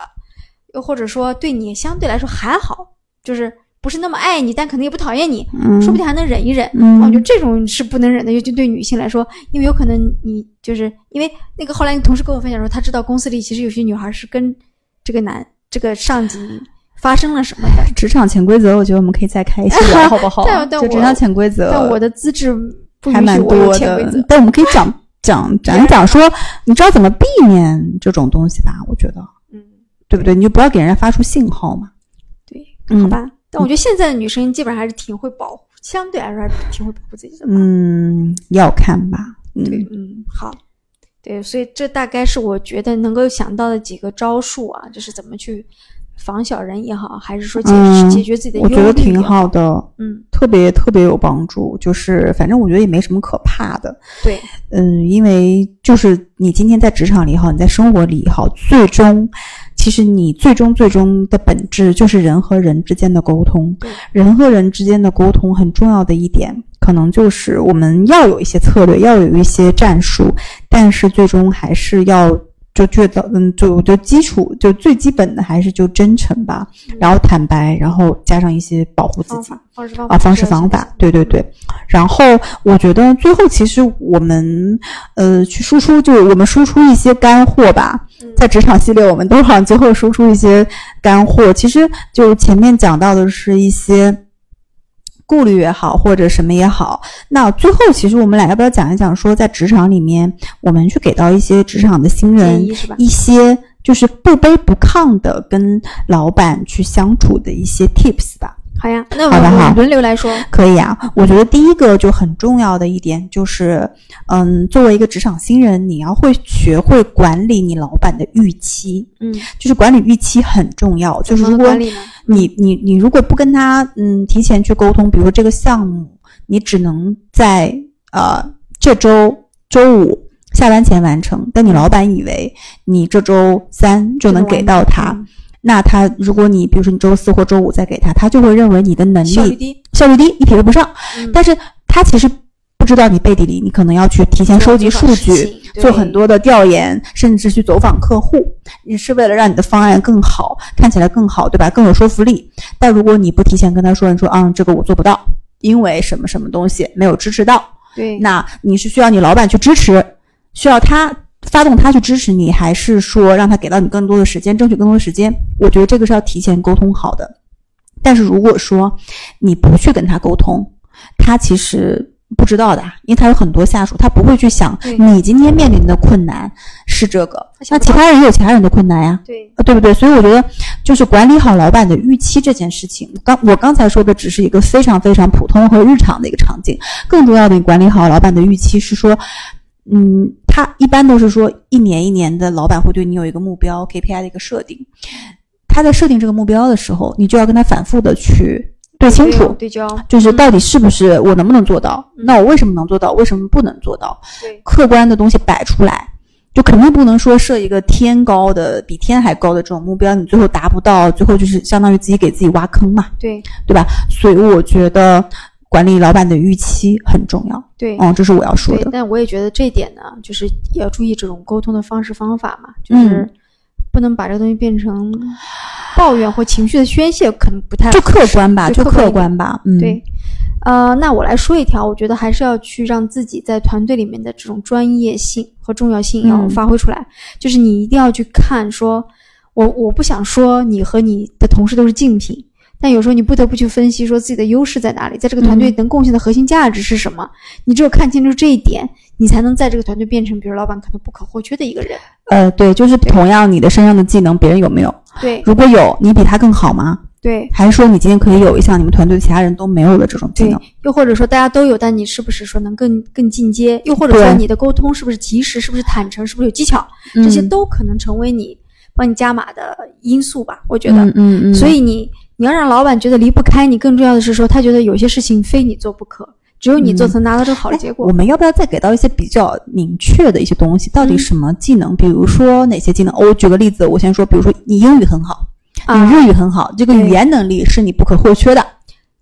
B: 又或者说对你相对来说还好，就是不是那么爱你，但可能也不讨厌你，
A: 嗯，
B: 说不定还能忍一忍。
A: 嗯
B: 我觉得这种是不能忍的，尤其对女性来说，因为有可能你就是因为那个后来同事跟我分享说，他知道公司里其实有些女孩是跟这个男这个上级发生了什么的，
A: 职场潜规则，我觉得我们可以再开一期聊，好不好
B: 但？但
A: 就职
B: 我
A: 场潜规则，
B: 但我的资质不
A: 还
B: 允许
A: 蛮
B: 我有
A: 多
B: 潜规则
A: 的。，但我们可以讲讲讲一讲说，你知道怎么避免这种东西吧？我觉得，
B: 嗯，
A: 对不对？你就不要给人家发出信号嘛。
B: 对，
A: 嗯
B: 好吧。但我觉得现在的女生基本上还是挺会保护相对来说还挺会保护自己的吧。
A: 嗯，要看吧。
B: 对
A: 嗯，，
B: 嗯，好，对，所以这大概是我觉得能够想到的几个招数啊，就是怎么去防小人也好，还是说解、
A: 嗯
B: 解决自己的忧
A: 我
B: 虑，
A: 觉得挺。好的，
B: 嗯，
A: 特别特别有帮助。就是反正我觉得也没什么可怕的。
B: 对，
A: 嗯，因为就是你今天在职场里也好，你在生活里也好，最终其实你最终最终的本质就是人和人之间的沟通
B: 对。
A: 人和人之间的沟通很重要的一点，可能就是我们要有一些策略，要有一些战术，但是最终还是要。就觉得，嗯，就就基础，就最基本的还是就真诚吧，然后坦白，然后加上一些保护自
B: 嗯方
A: 己。
B: 法、方式、方法
A: 啊，方式
B: 哦是要
A: 方
B: 学
A: 法
B: 习的，
A: 对对对。然后我觉得最后其实我们呃去输出，就我们输出一些干货吧，
B: 嗯
A: 在职场系列，我们都好像最后输出一些干货。其实就前面讲到的是一些。顾虑也好，或者什么也好，那最后其实我们俩要不要讲一讲，说在职场里面，我们去给到一些职场的新人
B: 建议是吧？
A: 一些就是不卑不亢的跟老板去相处的一些 tips 吧。
B: 好呀，那我
A: 好的好
B: 们轮流来说。
A: 可以啊，我觉得第一个就很重要的一点就是，嗯，作为一个职场新人，你要会学会管理你老板的预期，
B: 嗯，
A: 就是管理预期很重要。就是
B: 怎
A: 如
B: 么
A: 果
B: 管理呢？
A: 你你你如果不跟他嗯提前去沟通，比如说这个项目，你只能在呃这周周五下班前完成，
B: 嗯
A: 但你老板以为你这周三就能给到他，
B: 嗯
A: 那他如果你比如说你周四或周五再给他，他就会认为你的能
B: 效率
A: 力
B: 低，
A: 效率低，你匹配不上。
B: 嗯
A: 但是他其实不知道你背地里，你可能要去提前收集数
B: 做很多事
A: 据，
B: 情
A: 做很。多的调研，甚至去走访客户，你是为了让你的方案更好，看起来更好，对吧？更有说服力。但如果你不提前跟他说，你说啊、这个我做不到，因为什么什么东西没有支持到，
B: 对，对
A: 那你是需要你老板去支持，需要他发动他去支持你，还是说让他给到你更多的时间，争取更多的时间？我觉得这个是要提前沟通好的。但是如果说你不去跟他沟通，他其实不知道的，啊因为他有很多下属，他不会去想
B: 对
A: 你今天面临的困难是这个，那
B: 想不
A: 其
B: 到
A: 他人也有其他人的困难呀、
B: 对，
A: 呃，对不对？所以我觉得，就是管理好老板的预期这件事情，刚我刚才说的只是一个非常非常普通和日常的一个场景。更重要的，你管理好老板的预期是说，嗯，他一般都是说一年一年的，老板会对你有一个目标 KPI 的一个设定。他在设定这个目标的时候，你就要跟他反复的去对清
B: 对
A: 楚
B: 有，对焦，
A: 就是
B: 嗯
A: 到底是不是我能不能做到？
B: 嗯
A: 那我为什么能做到？为什么不能做到？
B: 对
A: 客观的东西摆出来，就肯定不能说设一个天高的、比天还高的这种目标，你最后达不到，最后就是相当于自己给自己挖坑嘛，
B: 对
A: 对吧？所以我觉得管理老板的预期很重要，
B: 对
A: 嗯，这是我要说
B: 对
A: 的，。
B: 但我也觉得这一点呢，就是也要注意这种沟通的方式方法嘛，就是
A: 嗯
B: 不能把这个东西变成抱怨或情绪的宣泄，可能不太
A: 就
B: 合
A: 客
B: 适
A: 观吧，
B: 对
A: 就
B: 客
A: 客
B: 观
A: 观吧，嗯，
B: 对，呃，那我来说一条，我觉得还是要去让自己在团队里面的这种专业性和重要性要
A: 嗯
B: 发挥出来，就是你一定要去看说，我我不想说你和你的同事都是竞品。但有时候你不得不去分析，说自己的优势在哪里，在这个团队
A: 嗯
B: 能贡献的核心价值是什么？你只有看清楚这一点，你才能在这个团队变成，比如老板可能不可或缺的一个人。
A: 呃，对，就是同样你的身上的技能，别人有没有？
B: 对
A: 如果有，你比他更好吗？
B: 对
A: 还是说你今天可以有一项你们团队其他人都没有的这种技
B: 对
A: 能？，
B: 又或者说大家都有，但你是不是说能更更进阶？又或者说
A: 对
B: 你的沟通是不是及时？是不是坦诚？是不是有技巧？这些
A: 嗯
B: 都可能成为你帮你加码的因素吧，我觉得。
A: 嗯嗯嗯，
B: 所以你你要让老板觉得离不开你，更重要的是说他觉得有些事情非你做不可，只有你做才能拿到这个好的结果。
A: 哦嗯我们要不要再给到一些比较明确的一些东西？到底
B: 嗯
A: 什么技能？比如说哪些技能？我举个例子，我先说，比如说你英语很好，你
B: 啊，
A: 日语很好，这个
B: 对
A: 语言能力是你不可或缺的。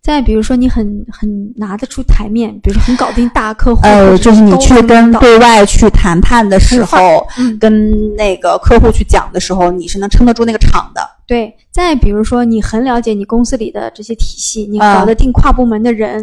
B: 再比如说你很很拿得出台面，比如说很搞定大客户，
A: 呃，
B: 或者
A: 就是你
B: 高
A: 去
B: 层
A: 跟
B: 领导
A: 对外去谈判的时候，
B: 嗯
A: 跟那个客户去讲的时候，你是能撑得住那个场的。
B: 对，再比如说你很了解你公司里的这些体系，你
A: 啊
B: 搞得定跨部门的人，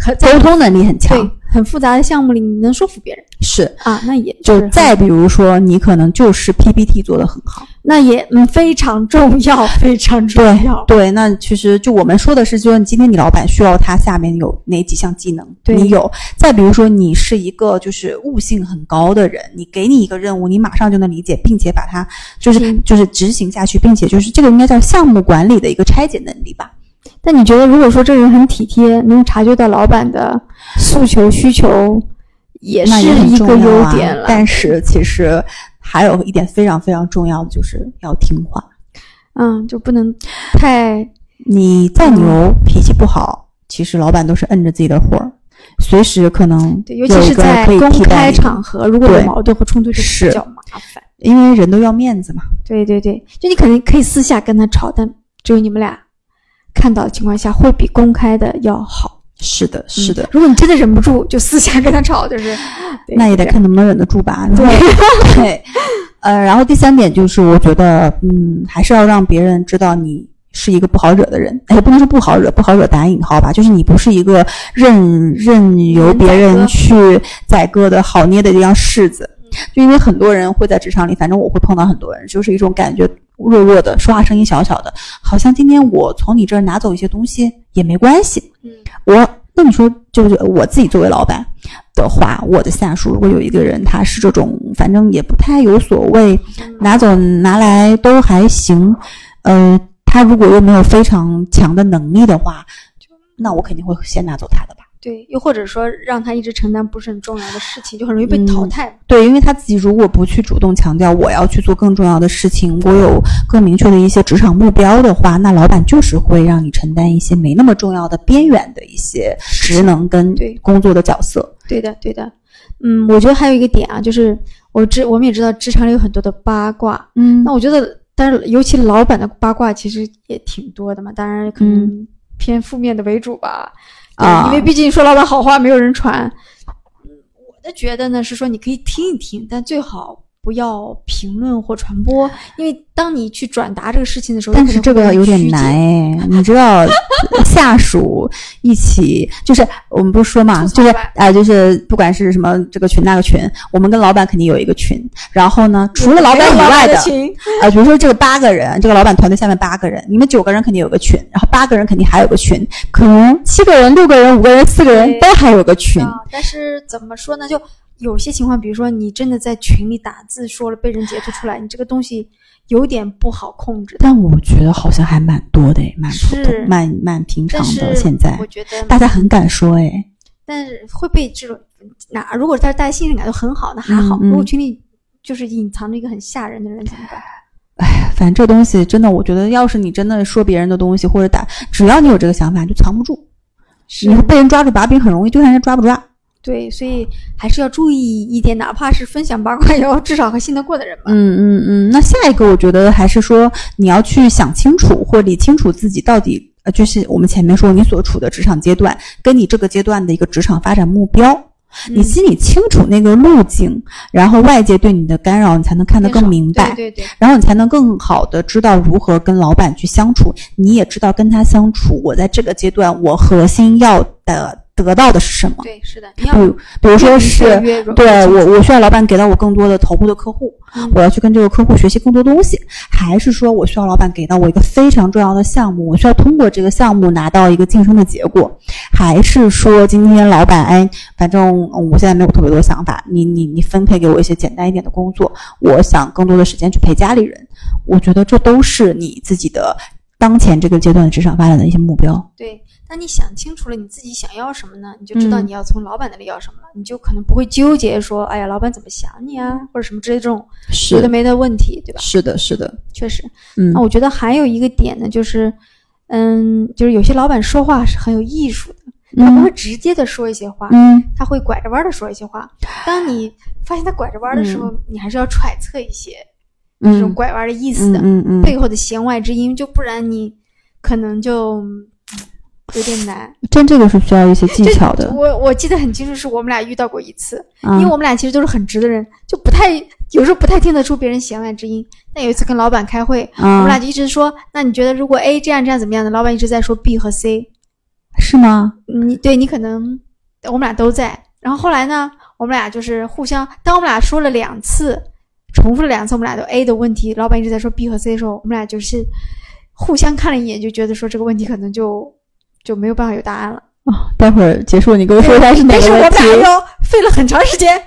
B: 很在
A: 沟通能力很
B: 对
A: 强，
B: 很复杂的项目里你能说服别人
A: 是。
B: 啊，那也
A: 就是
B: 很
A: 再比如说，你可能就是 PPT 做得很好，
B: 那也嗯非常重 要，非常重要。
A: 对，那其实就我们说的是，就是你今天你老板需要他下面有哪几项技能，
B: 对
A: 你有。再比如说，你是一个就是悟性很高的人，你给你一个任务，你马上就能理解，并且把它就是
B: 嗯
A: 就是执行下去，并且就是这个应该叫项目管理的一个拆解能力吧。
B: 但你觉得，如果说这个人很体贴，能察觉到老板的诉求、需求，也
A: 那
B: 是
A: 也很
B: 一个
A: 重要
B: 优
A: 啊
B: 点了。
A: 但是其实还有一点非常非常重要的，就是要听话。
B: 嗯，就不能太
A: 你再牛，脾气不好，其实老板都是摁着自己的火儿，随时可能
B: 对，尤
A: 有
B: 其
A: 一
B: 是
A: 个
B: 在
A: 可以
B: 公
A: 替代
B: 开
A: 你，
B: 场合，如果有
A: 对
B: 矛盾和冲突，就是比较麻烦。
A: 因为人都要面子嘛。
B: 对对对，就你可能可以私下跟他吵，但只有你们俩看到的情况下，会比公开的要好。
A: 是的，是的
B: 嗯，如果你真的忍不住，就私下跟他吵， 就是对
A: 那也得
B: 对
A: 看能不能忍得住吧。
B: 对
A: 对对，呃，然后第三点就是，我觉得，嗯，还是要让别人知道你是一个不好惹的人。哎，不能说不好惹，不好惹打引号吧，就是你不是一个任任由
B: 能
A: 别
B: 宰割
A: 人去宰割的好捏的一样柿子。就因为很多人会在职场里，反正我会碰到很多人，就是一种感觉弱弱的，说话声音小小的，好像今天我从你这儿拿走一些东西也没关系。
B: 嗯
A: 我那你说，就是我自己作为老板的话，我的下属如果有一个人他是这种，反正也不太有所谓，拿走拿来都还行，呃，他如果又没有非常强的能力的话，那我肯定会先拿走他的吧。
B: 对，又或者说让他一直承担不是很重要的事情，就很容易被淘
A: 嗯
B: 汰。
A: 对，因为他自己如果不去主动强调我要去做更重要的事情，我有更明确的一些职场目标的话，那老板就是会让你承担一些没那么重要的边缘的一些职能跟
B: 对
A: 工作的角色。
B: 对的，对的。嗯，我觉得还有一个点啊，就是我知我们也知道职场里有很多的八卦，
A: 嗯
B: 那我觉得，但是尤其老板的八卦其实也挺多的嘛，当然可能偏负面的为主吧。对
A: 啊
B: 因为毕竟说老板好话没有人传。嗯，我的觉得呢是说你可以听一听，但最好不要评论或传播，因为当你去转达这个事情的时候，
A: 但
B: 有可
A: 是
B: 能
A: 这
B: 会
A: 个
B: 有
A: 有点
B: 曲解
A: 难。哎，你知 道，下属一起就是我们不是说嘛，
B: 吐槽
A: 就是
B: 吧
A: 啊、呃就是不管是什么这个群那个群，我们跟老板肯定有一个群，然后呢，除了老
B: 没有
A: 板以外
B: 的
A: 的，
B: 群，
A: 呃，比如说这个八个人，这个老板团队下面八个人，你们九个人肯定有个群，然后八个人肯定还有个群，可能七个人、六个人、五个人、四个人
B: 对
A: 都还有个群，
B: 啊，但是怎么说呢？就有些情况，比如说你真的在群里打字说了，被人截图出来，你这个东西有点不好控制的。
A: 但我觉得好像还蛮多的，蛮普
B: 是
A: 通、蛮蛮平常
B: 但是
A: 的。现在
B: 我觉得
A: 大家很敢说，哎，
B: 但是会被这种哪？如果他大家信任感都很好，那还好；
A: 嗯嗯
B: 如果群里就是隐藏着一个很吓人的人，怎么办？
A: 反正这东西真的，我觉得，要是你真的说别人的东西，或者打，只要你有这个想法，就藏不住，
B: 是
A: 你会被人抓住把柄，很容易，就看人家抓不抓。
B: 对，所以还是要注意一点，哪怕是分享八卦，也要至少和信得过的人吧。
A: 嗯嗯嗯。那下一个，我觉得还是说你要去想清楚，或理清楚自己到底，呃，就是我们前面说你所处的职场阶段，跟你这个阶段的一个职场发展目标。你
B: 嗯
A: 心里清楚那个路径，然后外界对你的干扰，你才能看得
B: 至少
A: 更明白。
B: 对对对，
A: 然后你才能更好的知道如何跟老板去相处，你也知道跟他相处，我在这个阶段我核心要的得到的是什么。
B: 对是的，你要
A: 比如，比如说
B: 越
A: 是
B: 明确越容易
A: 对
B: 清楚
A: 我，我需要老板给到我更多的头部的客户，
B: 嗯
A: 我要去跟这个客户学习更多东西，还是说我需要老板给到我一个非常重要的项目，我需要通过这个项目拿到一个晋升的结果，还是说今天老板哎，反正、嗯我现在没有特别多想法，你你你分配给我一些简单一点的工作，我想更多的时间去陪家里人，我觉得这都是你自己的当前这个阶段的职场发展的一些目标。
B: 对，当你想清楚了你自己想要什么呢，你就知道
A: 嗯
B: 你要从老板那里要什么了，你就可能不会纠结说，哎呀，老板怎么想你啊，或者什么之类这种有的
A: 是
B: 没的问题，对吧？
A: 是的，是的，
B: 确实，
A: 嗯
B: 那我觉得还有一个点呢，就是，嗯，就是有些老板说话是很有艺术的，他不
A: 嗯
B: 会直接的说一些话，
A: 嗯。
B: 他会拐着弯的说一些话。当你发现他拐着弯的时候，你还是要揣测一些这种
A: 嗯
B: 拐弯的意思
A: 嗯
B: 的，
A: 嗯嗯，
B: 背后的弦外之音，就不然你可能就嗯有点难。
A: 真这个是需要一些技巧的，
B: 我我记得很清楚，是我们俩遇到过一次，
A: 啊
B: 因为我们俩其实都是很直的人，就不太有时候不太听得出别人弦外之音。那有一次跟老板开会，
A: 啊
B: 我们俩就一直说，那你觉得如果 A 这样这样怎么样的？老板一直在说 B 和 C，
A: 是吗？
B: 你对你可能我们俩都在。然后后来呢，我们俩就是互相，当我们俩说了两次，重复了两次我们俩都 A 的问题，老板一直在说 B 和 C 的时候，我们俩就是互相看了一眼，就觉得说这个问题可能就就没有办法有答案了。
A: 哦，待会儿结束你跟我说一下是哪
B: 但
A: 个
B: 是我
A: 问
B: 们
A: 题
B: 俩。又费了很长时间，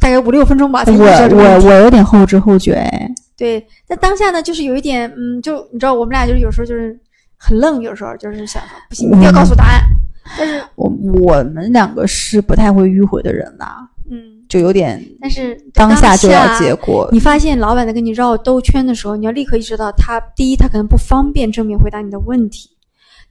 B: 大概五六分钟吧，才意识到这
A: 我
B: 个问
A: 我
B: 题。
A: 我有点后知后觉哎，
B: 嗯对，但当下呢，就是有一点，嗯，就你知道，我们俩就是有时候就是很愣，有时候就是想不行，一定要告诉我答案。但是，
A: 我我们两个是不太会迂回的人啦，
B: 嗯，
A: 就有点
B: 但是
A: 当
B: 下
A: 下就要结果。
B: 你发现老板在跟你绕兜圈的时候，你要立刻意识到他：第一，他可能不方便正面回答你的问题；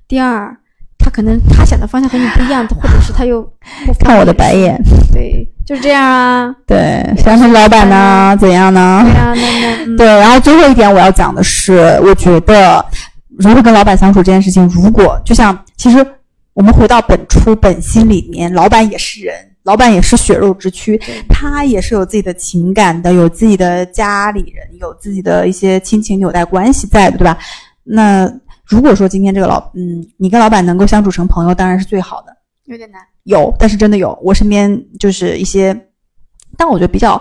B: 第二，他可能他想的方向和你不一样，或者是他又不
A: 看我的
B: 白
A: 白眼，
B: 对，就是这样啊，
A: 对，想想老板呢，怎样呢
B: 对？啊，那那嗯
A: 对，然后最后一点我要讲的是，我觉得如何跟老板相处这件事情，如果就像其实我们回到本初本心里面，老板也是人，老板也是血肉之躯，他也是有自己的情感的，有自己的家里人，有自己的一些亲情纽带关系在的，对吧？那如果说今天这个老嗯，你跟老板能够相处成朋友，当然是最好的。
B: 有点难。
A: 有，但是真的有。我身边就是一些，但我觉得比较，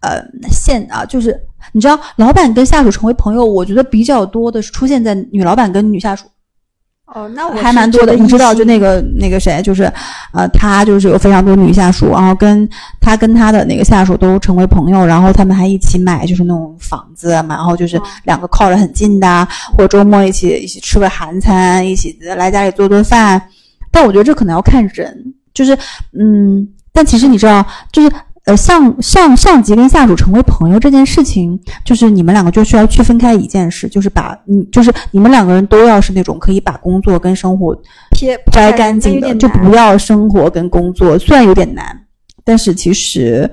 A: 呃，现啊，就是你知道，老板跟下属成为朋友，我觉得比较多的是出现在女老板跟女下属，
B: 哦，那我
A: 还蛮多的。你知道，就那
B: 个
A: 个那个谁，就是，呃，他就是有非常多女下属，然后跟他跟他的那个下属都成为朋友，然后他们还一起买就是那种房子啊嘛，然后就是
B: 哦
A: 两个靠着很近的啊，或者周末一起一起吃个韩餐，一起来家里做顿饭。但我觉得这可能要看人，就是嗯，但其实你知道，就是呃，上上上级跟下属成为朋友这件事情，就是你们两个就需要区分开一件事，就是把你就是你们两个人都要是那种可以把工作跟生活
B: 撇
A: 摘干净的，就不要生活跟工作。虽然有点难，但是其实，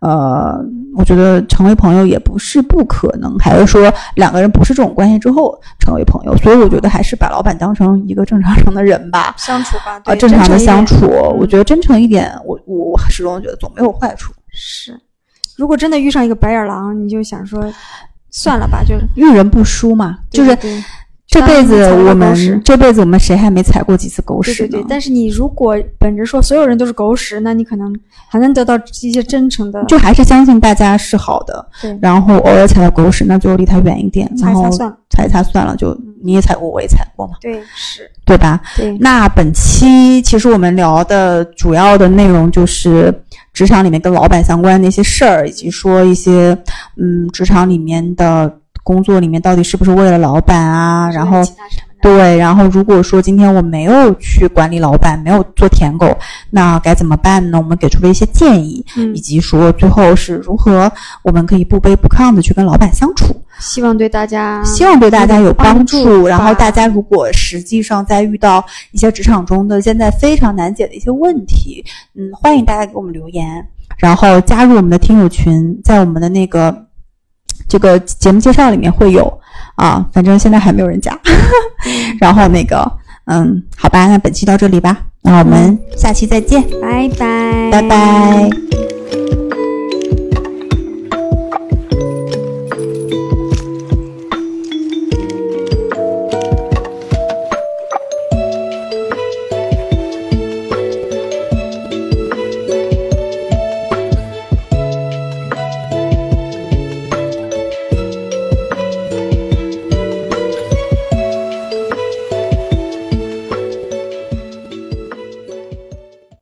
A: 呃，我觉得成为朋友也不是不可能。还是说两个人不是这种关系之后成为朋友，所以我觉得还是把老板当成一个正常人的人吧。
B: 相处吧，
A: 啊，
B: 对，
A: 正常的相
B: 一点
A: 处，我觉得真诚一点，我我始终觉得总没有坏
B: 嗯
A: 处。
B: 是。如果真的遇上一个白眼狼，你就想说，算了吧，就
A: 遇人不淑嘛，
B: 嗯对
A: 就是
B: 对对
A: 这辈子
B: 上
A: 我
B: 一次踩过狗屎
A: 们这辈子我们谁还没踩过几次狗
B: 对
A: 屎
B: 对
A: 呢
B: 对，？但是你如果本着说所有人都是狗屎，那你可能还能得到一些真诚的，
A: 就还是相信大家是好的，
B: 对，
A: 然后偶尔踩到狗屎，那就离他远一点，
B: 擦
A: 然
B: 一
A: 后
B: 擦算了，
A: 擦一擦算了，就你也踩过，我也踩过嘛，
B: 对，是，
A: 对吧？
B: 对，
A: 那本期其实我们聊的主要的内容就是职场里面跟老板相关的一些事儿，以及说一些嗯职场里面的工作里面到底是不是为了老板啊，然后
B: 其他什么的
A: 对，然后如果说今天我没有去管理老板，没有做舔狗，那该怎么办呢？我们给出了一些建议，
B: 嗯
A: 以，及说最后是如何我们可以不卑不亢的去跟老板相处。
B: 希望对大家，
A: 希望对大家有帮
B: 嗯帮助吧
A: 然后大家如果实际上在遇到一些职场中的现在非常难解的一些问题，嗯，欢迎大家给我们留言，然后加入我们的听友群，在我们的那个这个节目介绍里面会有啊，反正现在还没有人加。 然后那个，嗯，好吧，那本
B: 嗯
A: 期到这里吧，那我们下期再见，
B: 拜拜，
A: 拜拜。